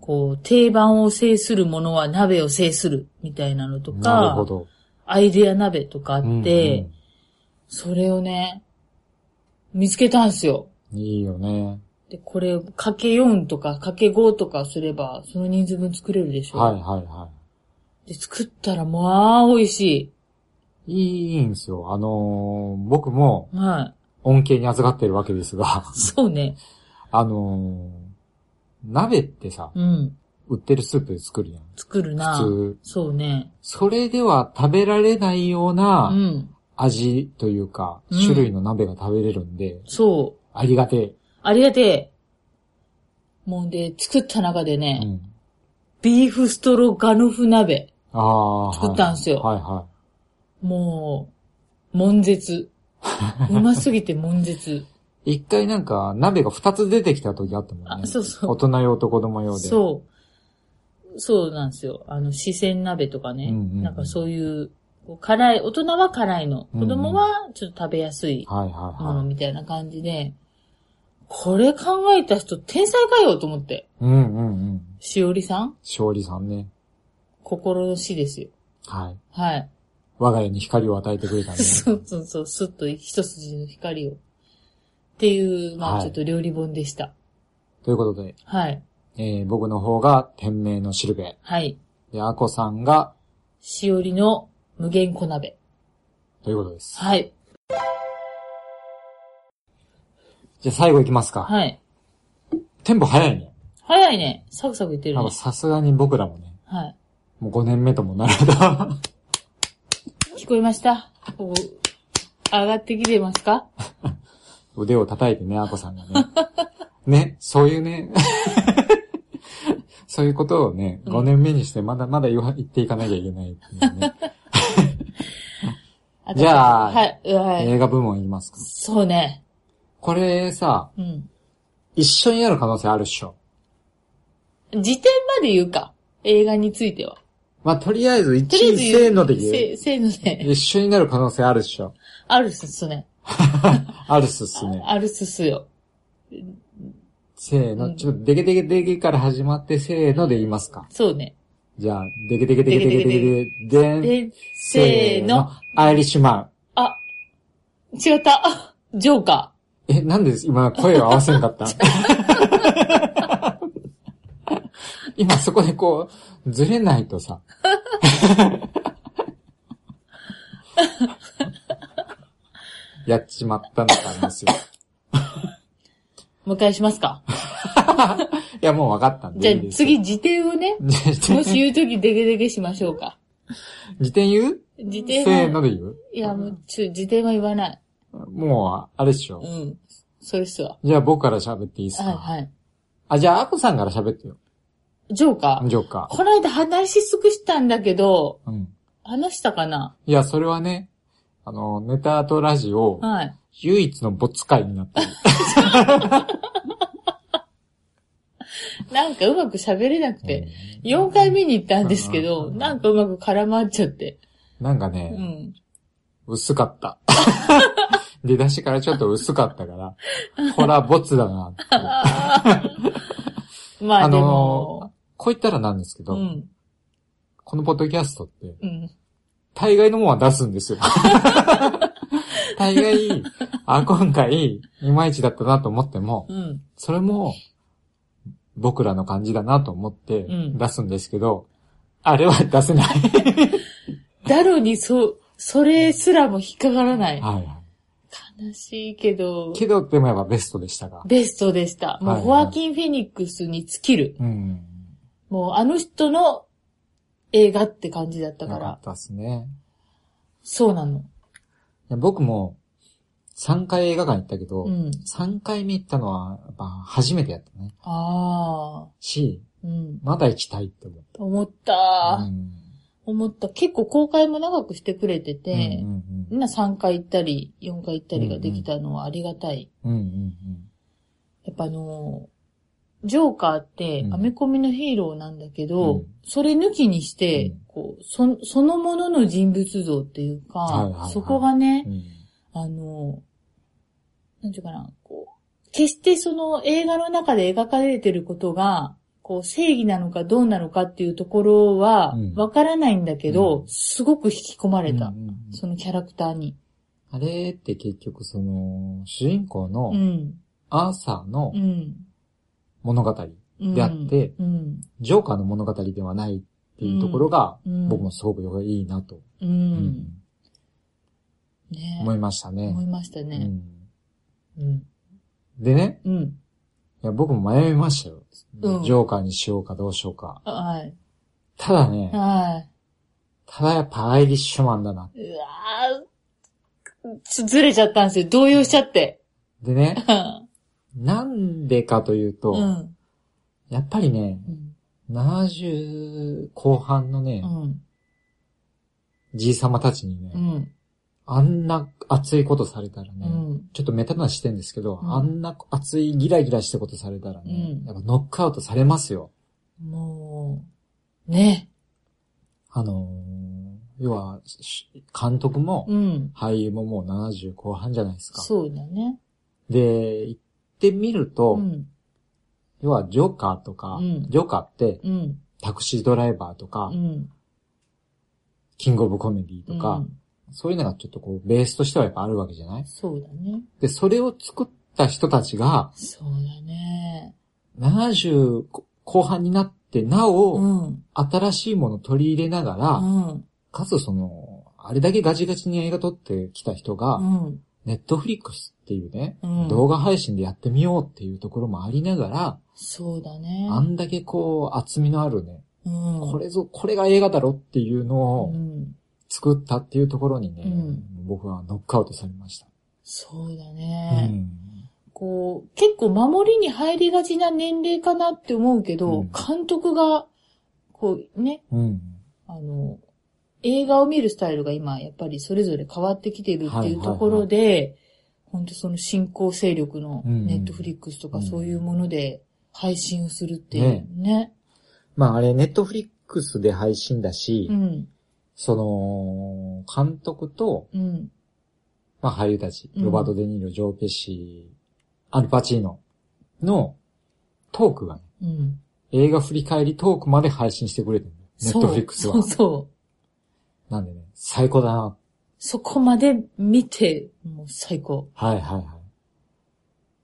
[SPEAKER 2] こう定番を制するものは鍋を制するみたいなのと
[SPEAKER 1] なるほ
[SPEAKER 2] か、
[SPEAKER 1] ど。
[SPEAKER 2] アイデア鍋とかあって、
[SPEAKER 1] うんうん
[SPEAKER 2] それをね、見つけたんですよ。
[SPEAKER 1] いいよね。
[SPEAKER 2] で、これ、かけ4とか、かけ5とかすれば、その人数分作れるでしょ。
[SPEAKER 1] はいはいはい。
[SPEAKER 2] で、作ったら、まあ、美味し
[SPEAKER 1] いいんですよ。あのー、僕も
[SPEAKER 2] い。は
[SPEAKER 1] 恩恵に預かってるわけですが。 [laughs]
[SPEAKER 2] い。そうね。
[SPEAKER 1] あのー、鍋ってさ、
[SPEAKER 2] うん。
[SPEAKER 1] 売ってるスープで作るやん。
[SPEAKER 2] 作るな。
[SPEAKER 1] 普通。
[SPEAKER 2] そうね。
[SPEAKER 1] それでは食べられないよう
[SPEAKER 2] う。
[SPEAKER 1] なん味というか、
[SPEAKER 2] うん
[SPEAKER 1] 種類の鍋が食べれるんで、
[SPEAKER 2] そ
[SPEAKER 1] ありがてえ。
[SPEAKER 2] う。ありがてえ。もうで、作った中でね、
[SPEAKER 1] うん。
[SPEAKER 2] ビーフストロガノフ鍋。
[SPEAKER 1] ああ。
[SPEAKER 2] 作ったんすよ
[SPEAKER 1] はいは
[SPEAKER 2] もう、悶
[SPEAKER 1] [laughs]
[SPEAKER 2] 絶。うますぎて悶絶。
[SPEAKER 1] い。一回なんか、鍋が二つ出てきた時あったもん
[SPEAKER 2] あ
[SPEAKER 1] ね。
[SPEAKER 2] そうそう
[SPEAKER 1] 大人用と子供用で。う。
[SPEAKER 2] そそうなんですよ。あの、四川鍋とかね。
[SPEAKER 1] うんうんうん
[SPEAKER 2] なんかそういう、こう辛い、大人は辛いの。
[SPEAKER 1] うん
[SPEAKER 2] 子供はちょっと食べやすい
[SPEAKER 1] はいはい
[SPEAKER 2] もの
[SPEAKER 1] はい。
[SPEAKER 2] みたいな感じで、これ考えた人天才かよと思って。
[SPEAKER 1] うんうんうん。
[SPEAKER 2] しおりさん
[SPEAKER 1] 勝利さんね。
[SPEAKER 2] 心の死ですよ。
[SPEAKER 1] はい。
[SPEAKER 2] はい。
[SPEAKER 1] 我が家に光を与えてくれたね。
[SPEAKER 2] [laughs] そうそうそう、すっと一筋の光を。っていう、ま
[SPEAKER 1] は
[SPEAKER 2] あ
[SPEAKER 1] い
[SPEAKER 2] ちょっと料理本でした。
[SPEAKER 1] ということで、
[SPEAKER 2] はい。
[SPEAKER 1] えー僕の方が天命のしるべ。
[SPEAKER 2] はい。
[SPEAKER 1] で、アコさんが、
[SPEAKER 2] しおりの無限小鍋。
[SPEAKER 1] ということです。
[SPEAKER 2] はい。
[SPEAKER 1] じゃあ最後いきますか。
[SPEAKER 2] はい。
[SPEAKER 1] テンポ早いね。
[SPEAKER 2] 早いね。サクサクいってる
[SPEAKER 1] なん
[SPEAKER 2] ね
[SPEAKER 1] か。さすがに僕らもね、
[SPEAKER 2] はい。
[SPEAKER 1] もう5年目ともなるほど。
[SPEAKER 2] 聞こえましたこう、上がってきてますか
[SPEAKER 1] [laughs] 腕を叩いてね、アコさんがね。ね、そういうね、 [laughs] そういうことをね、
[SPEAKER 2] うん
[SPEAKER 1] 5年目にしてまだまだ言わ言っていかなきゃいけないっていうね、じゃあ
[SPEAKER 2] はい、うわ [laughs] はい。
[SPEAKER 1] 映画部門言いますか。
[SPEAKER 2] そうね。
[SPEAKER 1] これさ、
[SPEAKER 2] うん。
[SPEAKER 1] 一緒になる可能性あるっしょ。
[SPEAKER 2] 時点まで言うか。映画については。
[SPEAKER 1] まあ、とりあえず1
[SPEAKER 2] とりあえ
[SPEAKER 1] 位
[SPEAKER 2] ず言う。
[SPEAKER 1] せーので言
[SPEAKER 2] せ
[SPEAKER 1] う。
[SPEAKER 2] せーので。
[SPEAKER 1] 一緒になる可能性あるっしょ。
[SPEAKER 2] あるっすね。
[SPEAKER 1] あるっすっすね。
[SPEAKER 2] あるっすよ。
[SPEAKER 1] せー
[SPEAKER 2] う
[SPEAKER 1] の、
[SPEAKER 2] ん
[SPEAKER 1] ちょっとデケデケデケから始まってせーので言いますか。
[SPEAKER 2] そうね。
[SPEAKER 1] じゃあ、デケデケデケデケデケでん、
[SPEAKER 2] で、せーの。。
[SPEAKER 1] アイリッシュマン。
[SPEAKER 2] あ、違った。ジョーカ
[SPEAKER 1] え、なんで今声を合わせなかった今そこでこう、ずれないとさ。やっちまったのかですよ。
[SPEAKER 2] ー。もう一回しますか。
[SPEAKER 1] いや、もう分かったん
[SPEAKER 2] じ
[SPEAKER 1] で
[SPEAKER 2] ゃ
[SPEAKER 1] いい
[SPEAKER 2] あ
[SPEAKER 1] ですよ。
[SPEAKER 2] 次、時点をね。
[SPEAKER 1] じゃあ次。
[SPEAKER 2] もし言うとき、デゲデゲしましょうか。
[SPEAKER 1] 辞典言う
[SPEAKER 2] 時
[SPEAKER 1] せ
[SPEAKER 2] 点は。
[SPEAKER 1] ーので言う
[SPEAKER 2] いや、もう、ちょ、時点は言わない。
[SPEAKER 1] もう、あれっしょ
[SPEAKER 2] う。ん。それっすわ。
[SPEAKER 1] じゃあ僕から喋っていいっすか、
[SPEAKER 2] はいはい。
[SPEAKER 1] あ、じゃあアコさんから喋ってよ。
[SPEAKER 2] ジョーカー。
[SPEAKER 1] ジョーカ
[SPEAKER 2] この間話し尽くしたんだけど、
[SPEAKER 1] ー。うん。
[SPEAKER 2] 話したかない
[SPEAKER 1] や、それはね、あの、ネタとラジオ、
[SPEAKER 2] はい。
[SPEAKER 1] 唯一の没会になってる。
[SPEAKER 2] なんかうまく喋れなくて。4回目に行ったんですけど、
[SPEAKER 1] うん
[SPEAKER 2] なんかうまく絡まっちゃって。
[SPEAKER 1] なんか
[SPEAKER 2] う
[SPEAKER 1] ね、
[SPEAKER 2] ん。
[SPEAKER 1] 薄かった。
[SPEAKER 2] [laughs]
[SPEAKER 1] 出だしからちょっと薄かったから、こら、ボツだなって。
[SPEAKER 2] ま
[SPEAKER 1] あ
[SPEAKER 2] あで
[SPEAKER 1] の
[SPEAKER 2] も、
[SPEAKER 1] こう言ったらなんですけ
[SPEAKER 2] う
[SPEAKER 1] ど、
[SPEAKER 2] ん。
[SPEAKER 1] このポッドキャストって、
[SPEAKER 2] うん。
[SPEAKER 1] 大概のもんは出す
[SPEAKER 2] [laughs]
[SPEAKER 1] んですよ。大概、あ、今回、いまいちだったなと思っても、
[SPEAKER 2] うん。
[SPEAKER 1] それも、僕らの感じだなと思って
[SPEAKER 2] うん
[SPEAKER 1] 出すんですけど、あれは [laughs] 出せない。
[SPEAKER 2] だろに、そ、それすらも引っかからない。
[SPEAKER 1] はいは
[SPEAKER 2] 悲しいけど
[SPEAKER 1] い。、けど、でもやっぱベストでしたが。
[SPEAKER 2] ベストでした。も
[SPEAKER 1] は
[SPEAKER 2] う、
[SPEAKER 1] い
[SPEAKER 2] ホアキン・フェニックスに尽きる。
[SPEAKER 1] うん。
[SPEAKER 2] もう、あの人の映画って感じだった
[SPEAKER 1] よ
[SPEAKER 2] か
[SPEAKER 1] からっ。たですね。
[SPEAKER 2] そうなの。
[SPEAKER 1] いや僕も、3回映画館行ったけど、
[SPEAKER 2] うん。
[SPEAKER 1] 3回目行ったのは、やっぱ初めてやったね。
[SPEAKER 2] ああ。
[SPEAKER 1] し、
[SPEAKER 2] うん。
[SPEAKER 1] まだ行きたいって思っ。
[SPEAKER 2] 思ったた。
[SPEAKER 1] うん
[SPEAKER 2] 思った。結構公開も長くしてくれて
[SPEAKER 1] うん
[SPEAKER 2] て、みんな3回行ったり、4回行ったりができたのはありがたい。
[SPEAKER 1] うんうんうんうん
[SPEAKER 2] やっぱあのージョーカーって
[SPEAKER 1] う、ん
[SPEAKER 2] アメコミのヒーローなんだけど、
[SPEAKER 1] うん
[SPEAKER 2] それ抜きにして、
[SPEAKER 1] うん
[SPEAKER 2] こうそ、そのものの人物像っていうか、
[SPEAKER 1] はいはいはい
[SPEAKER 2] そこがね、
[SPEAKER 1] うん
[SPEAKER 2] あのーなんていうかな、こう、決してその映画の中で描かれてることが、こう、正義なのかどうなのかっていうところは
[SPEAKER 1] うん、
[SPEAKER 2] わからないんだけど、
[SPEAKER 1] うん
[SPEAKER 2] すごく引き込まれた。
[SPEAKER 1] うんうんうん
[SPEAKER 2] そのキャラクターに。
[SPEAKER 1] あれって結局その、主人公
[SPEAKER 2] う
[SPEAKER 1] の
[SPEAKER 2] ん。
[SPEAKER 1] アーサーの
[SPEAKER 2] うん。
[SPEAKER 1] 物語、
[SPEAKER 2] うん
[SPEAKER 1] であって
[SPEAKER 2] うん。
[SPEAKER 1] ジョーカーの物語ではないっていうところが、
[SPEAKER 2] うん
[SPEAKER 1] 僕もすごくいいなと、
[SPEAKER 2] う
[SPEAKER 1] うん
[SPEAKER 2] ん。ね
[SPEAKER 1] 思いましたね。
[SPEAKER 2] 思いました
[SPEAKER 1] う
[SPEAKER 2] ね。
[SPEAKER 1] ん
[SPEAKER 2] うん。
[SPEAKER 1] でね、
[SPEAKER 2] うん。
[SPEAKER 1] いや、僕も迷いました
[SPEAKER 2] う
[SPEAKER 1] よ。
[SPEAKER 2] ん
[SPEAKER 1] ジョーカーにしようかどうしようか。
[SPEAKER 2] あはい。
[SPEAKER 1] ただね、
[SPEAKER 2] は
[SPEAKER 1] ただやっぱアイリッシュマンだな。
[SPEAKER 2] い。うわーちょずれちゃったんですよ。動揺しちゃって。[laughs]
[SPEAKER 1] でね、
[SPEAKER 2] うん
[SPEAKER 1] なんでかというと、
[SPEAKER 2] うん。
[SPEAKER 1] やっぱりね、
[SPEAKER 2] うん。
[SPEAKER 1] 70後半のね
[SPEAKER 2] う、ん。
[SPEAKER 1] じいさまたちにね、
[SPEAKER 2] うん。
[SPEAKER 1] あんな熱いことされたら
[SPEAKER 2] う
[SPEAKER 1] ね、
[SPEAKER 2] ん。
[SPEAKER 1] ちょっとメタな視点ですけど、
[SPEAKER 2] うん
[SPEAKER 1] あんな熱いギラギラしたことされたらね、
[SPEAKER 2] うん
[SPEAKER 1] やっぱノックアウトされますよ。
[SPEAKER 2] もね。
[SPEAKER 1] あのー要は、し監督も、
[SPEAKER 2] うん。
[SPEAKER 1] 俳優ももう70後半じゃないですか。
[SPEAKER 2] そうだね。
[SPEAKER 1] で、行ってみると、
[SPEAKER 2] うん。
[SPEAKER 1] 要はジョーカーとか、
[SPEAKER 2] うん
[SPEAKER 1] ジョーカーって
[SPEAKER 2] うん。
[SPEAKER 1] タクシードライバーとか、
[SPEAKER 2] うん。
[SPEAKER 1] キングオブコメディとか、
[SPEAKER 2] うん
[SPEAKER 1] そういうのがちょっとこう、ベースとしてはやっぱあるわけじゃない
[SPEAKER 2] そうだね。
[SPEAKER 1] で、それを作った人たちが、
[SPEAKER 2] そうだね。
[SPEAKER 1] 70こ後半になって、なお、
[SPEAKER 2] うん。
[SPEAKER 1] 新しいものを取り入れながら、
[SPEAKER 2] うん。
[SPEAKER 1] かつその、あれだけガチガチに映画撮ってきた人が、
[SPEAKER 2] うん。
[SPEAKER 1] ネットフリックスっていうね、
[SPEAKER 2] うん
[SPEAKER 1] 動画配信でやってみようっていうところもありながら、
[SPEAKER 2] そうだね。
[SPEAKER 1] あんだけこう、厚みのあるね、
[SPEAKER 2] うん。
[SPEAKER 1] これぞ、これが映画だろっていう
[SPEAKER 2] う
[SPEAKER 1] のを
[SPEAKER 2] ん。
[SPEAKER 1] 作ったっていうところにね、
[SPEAKER 2] うん
[SPEAKER 1] 僕はノックアウトされました。
[SPEAKER 2] そうだ
[SPEAKER 1] う
[SPEAKER 2] ね。
[SPEAKER 1] ん
[SPEAKER 2] こう、結構守りに入りがちな年齢かなって思うけど、
[SPEAKER 1] うん
[SPEAKER 2] 監督が、こうね、
[SPEAKER 1] うん。
[SPEAKER 2] あの、映画を見るスタイルが今、やっぱりそれぞれ変わってきてるっていうところで、本当その新興勢力の
[SPEAKER 1] うん
[SPEAKER 2] ネットフリックスとか
[SPEAKER 1] うん
[SPEAKER 2] そういうもので配信をするっていうね。
[SPEAKER 1] まああれ、ネットフリックスで配信だし、
[SPEAKER 2] うん、
[SPEAKER 1] その、監督と、
[SPEAKER 2] うん、
[SPEAKER 1] まあ俳優たち、
[SPEAKER 2] うん
[SPEAKER 1] ロバート・デ・ニーロ、ジョー・ペシー、アルパチーノのトークがね、
[SPEAKER 2] うん。
[SPEAKER 1] 映画振り返りトークまで配信してくれてるネッ
[SPEAKER 2] そう
[SPEAKER 1] トフリックスは
[SPEAKER 2] そう。そう。
[SPEAKER 1] なんでね、最高だな。
[SPEAKER 2] そこまで見て、もう最高。
[SPEAKER 1] はいはいはい。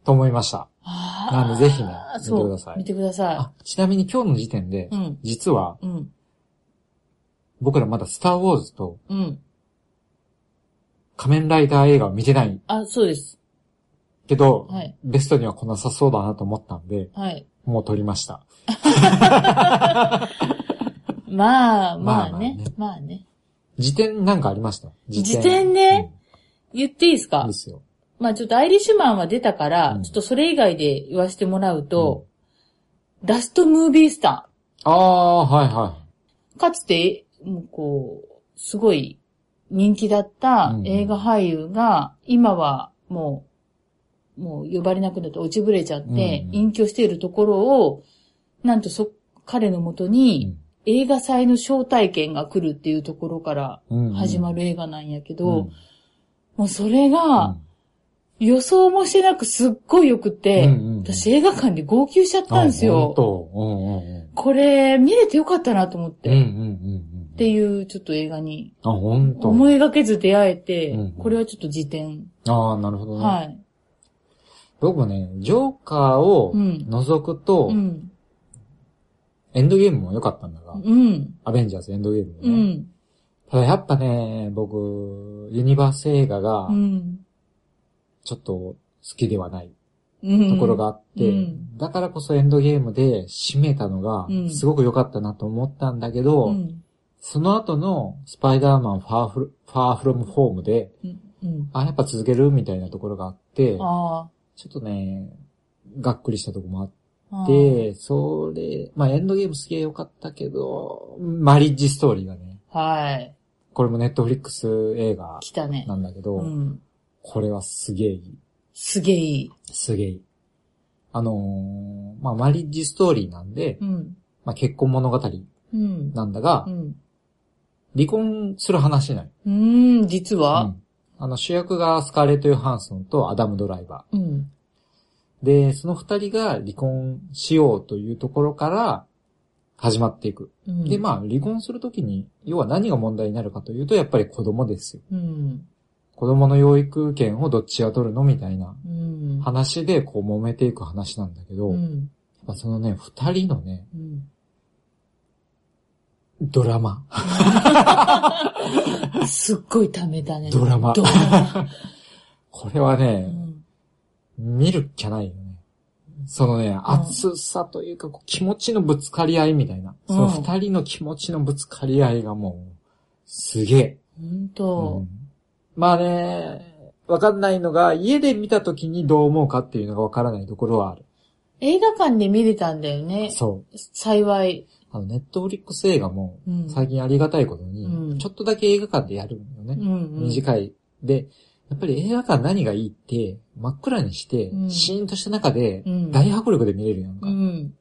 [SPEAKER 1] と思いました。
[SPEAKER 2] あ
[SPEAKER 1] なんでぜひね
[SPEAKER 2] あそう
[SPEAKER 1] 見てください
[SPEAKER 2] 見てくださ
[SPEAKER 1] あ、ちなみに今日の時点で
[SPEAKER 2] い。、うん、
[SPEAKER 1] 実は
[SPEAKER 2] うん、
[SPEAKER 1] 僕らまだスター・ウォーズと
[SPEAKER 2] うん。
[SPEAKER 1] 仮面ライダー映画を見てない
[SPEAKER 2] あ、そうです。
[SPEAKER 1] けど、
[SPEAKER 2] はい
[SPEAKER 1] ベストには来なさそうだなと思ったんで、
[SPEAKER 2] はい。
[SPEAKER 1] もう撮りました。
[SPEAKER 2] まあ、ま
[SPEAKER 1] まあ
[SPEAKER 2] あね。まあね。
[SPEAKER 1] 辞典なんかありました
[SPEAKER 2] 辞典ね。言っていいです
[SPEAKER 1] うんい
[SPEAKER 2] か
[SPEAKER 1] いですよ。
[SPEAKER 2] まあちょっとアイリッシュマンは出たから、
[SPEAKER 1] うん
[SPEAKER 2] ちょっとそれ以外で言わせてもらうと、ラストムービースタ
[SPEAKER 1] ああ、はいは
[SPEAKER 2] ー。かつて、もうこう、すごい人気だった
[SPEAKER 1] うん
[SPEAKER 2] 映画俳優が、今はもう、もう呼ばれなくなって落ちぶれちゃって、
[SPEAKER 1] うん
[SPEAKER 2] 隠居しているところを、なんとそ、彼のもと
[SPEAKER 1] い。
[SPEAKER 2] に、映画祭の招待券が来るっていうところから
[SPEAKER 1] うん
[SPEAKER 2] 始まる映画なんやけど、
[SPEAKER 1] うん
[SPEAKER 2] もうそれが、予想もしてなくすっごい良くて、
[SPEAKER 1] うんうんうん
[SPEAKER 2] 私映画館で号泣しちゃったんです
[SPEAKER 1] あ
[SPEAKER 2] よ。
[SPEAKER 1] 本当うんうんうん
[SPEAKER 2] これ見れてよかったなと思って、
[SPEAKER 1] うんうん
[SPEAKER 2] っ
[SPEAKER 1] うんうん。
[SPEAKER 2] ていうちょっと映画に
[SPEAKER 1] あ、本当。
[SPEAKER 2] 思いがけず出会えて、
[SPEAKER 1] うんうん
[SPEAKER 2] これはちょっと辞典。
[SPEAKER 1] ああ、なるほどね。
[SPEAKER 2] はい。
[SPEAKER 1] 僕もね、ジョーカーを
[SPEAKER 2] うん
[SPEAKER 1] 除くと、
[SPEAKER 2] うん。
[SPEAKER 1] エンドゲームも良かったんだが、
[SPEAKER 2] うん。
[SPEAKER 1] アベンジャーズエンドゲームも
[SPEAKER 2] う
[SPEAKER 1] ね。
[SPEAKER 2] ん。
[SPEAKER 1] ただやっぱね、僕、ユニバース映画が
[SPEAKER 2] う、ん。
[SPEAKER 1] ちょっと好きではない
[SPEAKER 2] うん。
[SPEAKER 1] ところがあって、
[SPEAKER 2] うん
[SPEAKER 1] だからこそエンドゲームで締めたのが
[SPEAKER 2] うん、
[SPEAKER 1] すごく良かったなと思ったんだけど、
[SPEAKER 2] うん。
[SPEAKER 1] その後のスパイダーマンファーフルファーフロムホームで、
[SPEAKER 2] うん。うん。
[SPEAKER 1] あ、やっぱ続けるみたいなところがあって、
[SPEAKER 2] あ
[SPEAKER 1] ちょっとね、がっくりしたとこもあっ
[SPEAKER 2] あ。
[SPEAKER 1] て、それ、まあエンドゲームすげえ良かったけど、マリッジストーリーがね、
[SPEAKER 2] ああはい。
[SPEAKER 1] これもネットフリックス映画
[SPEAKER 2] 来たね
[SPEAKER 1] な。んだけど、
[SPEAKER 2] うん。
[SPEAKER 1] これはすげえいい。
[SPEAKER 2] すげえいい。
[SPEAKER 1] すげえいい。あのーまあマリッジストーリーなんで、
[SPEAKER 2] うん。
[SPEAKER 1] まあ結婚物語
[SPEAKER 2] うん。
[SPEAKER 1] なんだが、
[SPEAKER 2] うん。
[SPEAKER 1] 離婚する話ない。
[SPEAKER 2] うん、実
[SPEAKER 1] う
[SPEAKER 2] は、
[SPEAKER 1] んあの主役がスカーレット・ヨハンソンとアダム・ドライバー。
[SPEAKER 2] うん。
[SPEAKER 1] で、その二人が離婚しようというところから始まっていく。
[SPEAKER 2] うん。
[SPEAKER 1] で、まあ、離婚するときに、要は何が問題になるかというと、やっぱり子供ですよ。
[SPEAKER 2] うん。
[SPEAKER 1] 子供の養育権をどっちが取るのみたいな
[SPEAKER 2] うん。
[SPEAKER 1] 話で、こう揉めていく話なんだけど、
[SPEAKER 2] う
[SPEAKER 1] やっ
[SPEAKER 2] ん。
[SPEAKER 1] ぱそのね、二人のね、
[SPEAKER 2] うん
[SPEAKER 1] ドラマ。
[SPEAKER 2] すっごい溜めたね。
[SPEAKER 1] ドラマ
[SPEAKER 2] ドラ
[SPEAKER 1] [laughs]
[SPEAKER 2] マ。
[SPEAKER 1] これは
[SPEAKER 2] う
[SPEAKER 1] ね、
[SPEAKER 2] ん
[SPEAKER 1] 見るっきゃないよね。そのね、熱さというか、こう気持ちのぶつかり合いみたいな。その二人の気持ちのぶつかり合いがもう、すげえ。
[SPEAKER 2] ほん
[SPEAKER 1] う
[SPEAKER 2] と。
[SPEAKER 1] んまあね、わかんないのが、家で見た時にどう思うかっていうのがわからないところはある。
[SPEAKER 2] 映画館で見れたんだよね。
[SPEAKER 1] そ
[SPEAKER 2] 幸い。
[SPEAKER 1] う。あの、ネットフリックス映画も
[SPEAKER 2] う、ん
[SPEAKER 1] 最近ありがたいこと
[SPEAKER 2] う
[SPEAKER 1] に
[SPEAKER 2] ん、
[SPEAKER 1] ちょっとだけ映画館でやるの
[SPEAKER 2] う
[SPEAKER 1] ね。
[SPEAKER 2] んうん。
[SPEAKER 1] 短い。で、やっぱり映画館何がいいって、真っ暗にして
[SPEAKER 2] う、ん
[SPEAKER 1] シーンとした中で
[SPEAKER 2] う、ん
[SPEAKER 1] 大迫力で見れるやんか
[SPEAKER 2] う。ん。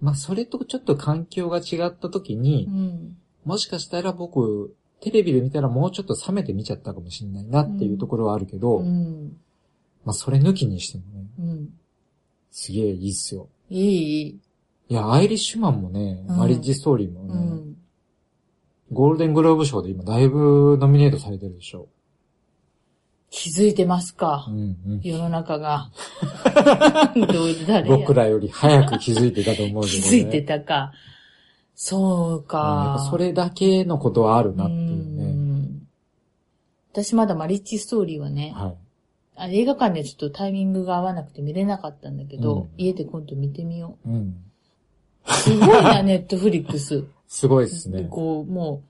[SPEAKER 1] まあ、それとちょっと環境が違った時に
[SPEAKER 2] う、ん。
[SPEAKER 1] もしかしたら僕、テレビで見たらもうちょっと冷めて見ちゃったかもしれないなっていうところはあるけど、
[SPEAKER 2] うん。
[SPEAKER 1] まあ、それ抜きにしてもね、
[SPEAKER 2] うん。
[SPEAKER 1] すげえいいっすよ。
[SPEAKER 2] いいいい。
[SPEAKER 1] いや、アイリッシュマンもね、
[SPEAKER 2] うん
[SPEAKER 1] マリッジストーリーも
[SPEAKER 2] う
[SPEAKER 1] ね、
[SPEAKER 2] ん。
[SPEAKER 1] ゴールデングローブ賞で今だいぶノミネートされてるでしょ。
[SPEAKER 2] 気づいてますか
[SPEAKER 1] うんうん。
[SPEAKER 2] 世の中
[SPEAKER 1] [laughs]
[SPEAKER 2] が。どう誰や
[SPEAKER 1] 僕らより早く気づいてたと思うけど
[SPEAKER 2] 気
[SPEAKER 1] ね。
[SPEAKER 2] づいてたか。そう
[SPEAKER 1] うんやっ
[SPEAKER 2] か
[SPEAKER 1] ぱ。それだけのことはある
[SPEAKER 2] う
[SPEAKER 1] なっていうね。
[SPEAKER 2] ん。私まだマリッチストーリーはね、
[SPEAKER 1] はい。
[SPEAKER 2] あ映画館でちょっとタイミングが合わなくて見れなかったんだけど、
[SPEAKER 1] うん
[SPEAKER 2] 家で今度見てみよ
[SPEAKER 1] うん。
[SPEAKER 2] う。すごいな、ネットフリックス。
[SPEAKER 1] すごいですね。
[SPEAKER 2] こう、も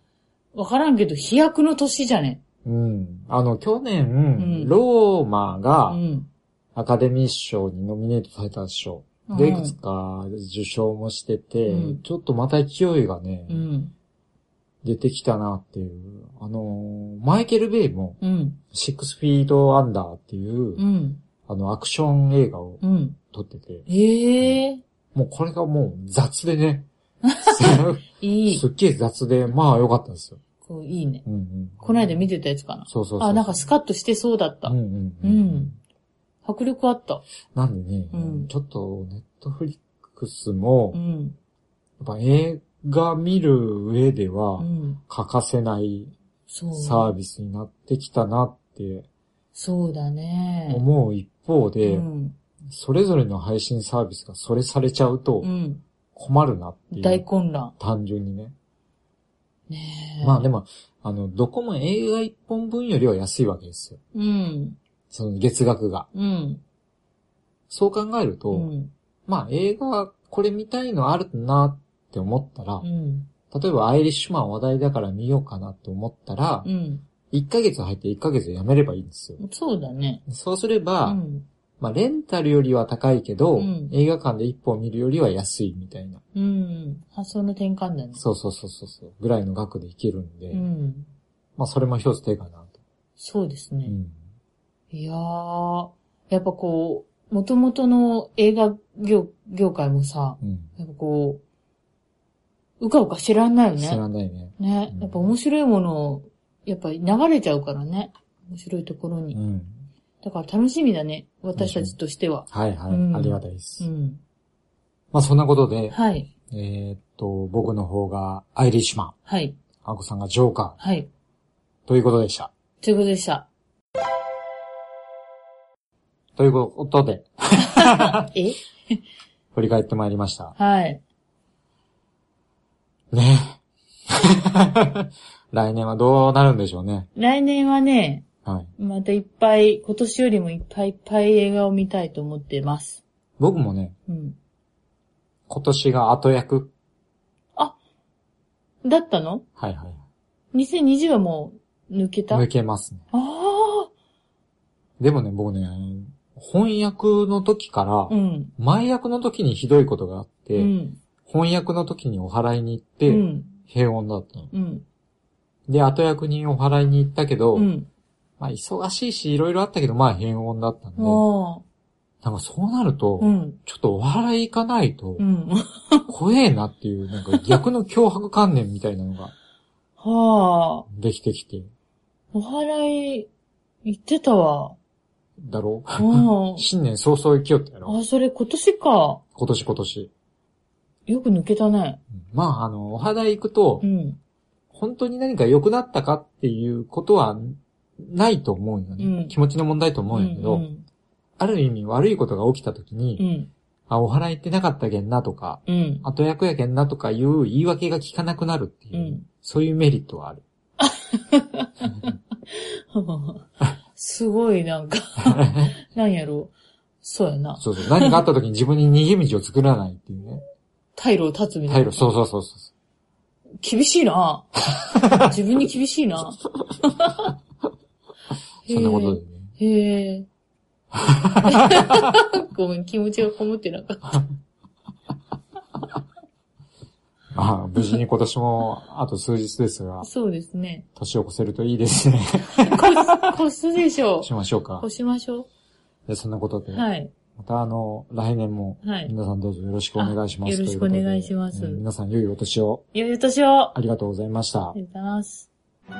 [SPEAKER 2] う、わからんけど、飛躍の年じゃね。
[SPEAKER 1] うん。あの、去年、
[SPEAKER 2] ん
[SPEAKER 1] ローマ
[SPEAKER 2] う
[SPEAKER 1] が
[SPEAKER 2] ん。
[SPEAKER 1] アカデミー賞にノミネートされたでしょ。で、いくつか受賞もしてて、
[SPEAKER 2] うん
[SPEAKER 1] ちょっとまた勢いがね、
[SPEAKER 2] うん。
[SPEAKER 1] 出てきたなっていう。あのー、マイケル・ベイも、
[SPEAKER 2] うん。
[SPEAKER 1] シックスフィード・アンダーっていう、
[SPEAKER 2] うん。
[SPEAKER 1] あの、アクション映画を
[SPEAKER 2] うん。
[SPEAKER 1] 撮ってて、
[SPEAKER 2] ええ
[SPEAKER 1] もうこれがもう雑でね、
[SPEAKER 2] [laughs] いい
[SPEAKER 1] す。っげえ雑で、まあ良かったですよ。
[SPEAKER 2] こういいね。
[SPEAKER 1] うんうん。
[SPEAKER 2] こないだ見てたやつかな。
[SPEAKER 1] そうそうそう。
[SPEAKER 2] あ、なんかスカッとしてそうだった
[SPEAKER 1] う。んうん。
[SPEAKER 2] うん迫力あった。
[SPEAKER 1] なんでね、
[SPEAKER 2] うん
[SPEAKER 1] ちょっとネットフリックスも
[SPEAKER 2] う、ん。
[SPEAKER 1] やっぱ映画見る上では
[SPEAKER 2] うん。
[SPEAKER 1] 欠かせない
[SPEAKER 2] そう。
[SPEAKER 1] サービスになってきたなって
[SPEAKER 2] そうだね。
[SPEAKER 1] 思う一方
[SPEAKER 2] う
[SPEAKER 1] で、
[SPEAKER 2] ん。
[SPEAKER 1] それぞれの配信サービスがそれされちゃうと
[SPEAKER 2] うん。
[SPEAKER 1] 困るなってい
[SPEAKER 2] 大
[SPEAKER 1] う。
[SPEAKER 2] 混乱。
[SPEAKER 1] 単純にね。
[SPEAKER 2] ねえ。
[SPEAKER 1] まあでも、あの、どこも映画一本分よりは安いわけですよ。
[SPEAKER 2] うん。
[SPEAKER 1] その月額が。
[SPEAKER 2] うん。
[SPEAKER 1] そう考えると、
[SPEAKER 2] うん。
[SPEAKER 1] まあ映画、これ見たいのあるなって思ったら
[SPEAKER 2] う、ん。
[SPEAKER 1] 例えばアイリッシュマン話題だから見ようかなって思ったら、
[SPEAKER 2] うん。
[SPEAKER 1] 1ヶ月入って1ヶ月でやめればいいんですよ。
[SPEAKER 2] そうだね。
[SPEAKER 1] そうすれ
[SPEAKER 2] う
[SPEAKER 1] ば、
[SPEAKER 2] ん。
[SPEAKER 1] まあレンタルよりは高いけど、
[SPEAKER 2] うん
[SPEAKER 1] 映画館で1本見るよりは安いみたいな。
[SPEAKER 2] うん。発想の転換だね。
[SPEAKER 1] そうそうそうそうそう。ぐらいの額でいけるんで、
[SPEAKER 2] うん。
[SPEAKER 1] まあそれも一つ手かなと。
[SPEAKER 2] そうです
[SPEAKER 1] う
[SPEAKER 2] ね。
[SPEAKER 1] ん。
[SPEAKER 2] いやー、やっぱこう、元々の映画業業界もさ、
[SPEAKER 1] うん。
[SPEAKER 2] やっぱこう、うかうか知らんないよ
[SPEAKER 1] 知
[SPEAKER 2] ね。
[SPEAKER 1] らないね。
[SPEAKER 2] ね
[SPEAKER 1] う。ん
[SPEAKER 2] やっぱ面白いものを、やっぱ流れちゃうからね。面白いところ
[SPEAKER 1] う
[SPEAKER 2] に。
[SPEAKER 1] ん。
[SPEAKER 2] だから楽しみだね。私たちとしては。
[SPEAKER 1] はいはい。
[SPEAKER 2] うん
[SPEAKER 1] ありがたいです。
[SPEAKER 2] うん。
[SPEAKER 1] まあそんなことで、
[SPEAKER 2] はい。
[SPEAKER 1] えーっと、僕の方がアイリッシュマン、
[SPEAKER 2] はい。
[SPEAKER 1] あこさんがジョーカ
[SPEAKER 2] はい。
[SPEAKER 1] ーということでした。
[SPEAKER 2] ということでした。
[SPEAKER 1] ということで、
[SPEAKER 2] え
[SPEAKER 1] 振り返ってまいりました。
[SPEAKER 2] はい。
[SPEAKER 1] ね [laughs] 来年はどうなるんでしょうね。
[SPEAKER 2] 来年はね、
[SPEAKER 1] はい。
[SPEAKER 2] またいっぱい、今年よりもいっぱいいっぱい映画を見たいと思ってます。
[SPEAKER 1] 僕もね、
[SPEAKER 2] うん。
[SPEAKER 1] 今年が後役。
[SPEAKER 2] だったの
[SPEAKER 1] はいはい。
[SPEAKER 2] 2020はもう抜けた
[SPEAKER 1] 抜
[SPEAKER 2] あ
[SPEAKER 1] けますね。
[SPEAKER 2] あ
[SPEAKER 1] でもね、僕ね、翻訳の時か
[SPEAKER 2] ー、う
[SPEAKER 1] ら、
[SPEAKER 2] ん。
[SPEAKER 1] 前役の時にひどいことがあっ
[SPEAKER 2] う
[SPEAKER 1] て、
[SPEAKER 2] ん。
[SPEAKER 1] 翻訳の時にお祓いに行っ
[SPEAKER 2] う
[SPEAKER 1] て、
[SPEAKER 2] ん。
[SPEAKER 1] 平穏だったの。
[SPEAKER 2] うん。
[SPEAKER 1] で、後役にお祓いに行ったけど、
[SPEAKER 2] うん。
[SPEAKER 1] まあ忙しいし、いろいろあったけど、まあ平穏だったんで、
[SPEAKER 2] ああ。
[SPEAKER 1] なんかそうなると、
[SPEAKER 2] うん。
[SPEAKER 1] ちょっとお祓い行かないと
[SPEAKER 2] う、ん。 [laughs]
[SPEAKER 1] 怖えなっていう、なんか逆の脅迫観念みたいなのが
[SPEAKER 2] はあ。
[SPEAKER 1] できてきて、
[SPEAKER 2] お祓い、言ってた
[SPEAKER 1] [laughs]
[SPEAKER 2] わ。
[SPEAKER 1] だろ
[SPEAKER 2] うん。
[SPEAKER 1] 新年早々行きよったやろ
[SPEAKER 2] あ、それ今年か。
[SPEAKER 1] 今年今年。
[SPEAKER 2] よく抜けたね。
[SPEAKER 1] うんまあ、あの、お肌行くと
[SPEAKER 2] う、ん。
[SPEAKER 1] 本当に何か良くなったかっていうことはないと思うよね。
[SPEAKER 2] うん
[SPEAKER 1] 気持ちの問題と思うんやけ
[SPEAKER 2] う
[SPEAKER 1] ど、
[SPEAKER 2] ん。
[SPEAKER 1] ある意味悪いことが起きた時に、
[SPEAKER 2] うん。
[SPEAKER 1] あ、お祓い行ってなかったけんなとか、
[SPEAKER 2] うん。
[SPEAKER 1] 後役やけんなとかいう言い訳が聞かなくなるっていう、
[SPEAKER 2] うん
[SPEAKER 1] そういうメリットはある。 [laughs]
[SPEAKER 2] [laughs] すごいなんか、なんやろう。そうやな。
[SPEAKER 1] そうそう。何かあった時に自分に逃げ道を作らないっていうね。
[SPEAKER 2] 退路を断つみた
[SPEAKER 1] 退
[SPEAKER 2] いな
[SPEAKER 1] 路、。そうそうそうそう。
[SPEAKER 2] 厳しい
[SPEAKER 1] [laughs]
[SPEAKER 2] な自分に厳しいな
[SPEAKER 1] そんなことでね。
[SPEAKER 2] へえ。
[SPEAKER 1] [laughs]
[SPEAKER 2] ごめん、気持ちがこもってなかった。
[SPEAKER 1] まあ、無事に今年もあと数日ですが、
[SPEAKER 2] そうですね。
[SPEAKER 1] 年を越せるといいですね。
[SPEAKER 2] こすでしょ
[SPEAKER 1] しましょう
[SPEAKER 2] う。
[SPEAKER 1] か
[SPEAKER 2] こ。しましょ
[SPEAKER 1] でそんなことで、
[SPEAKER 2] う。はい。
[SPEAKER 1] またあの、来年も、
[SPEAKER 2] はい
[SPEAKER 1] 皆さんどうぞよろしくお願いします。
[SPEAKER 2] あよろしくお願いします
[SPEAKER 1] とうことでえー皆さん良いお年を
[SPEAKER 2] 良いお年をあ
[SPEAKER 1] ありがとうございました。
[SPEAKER 2] りがとうございます。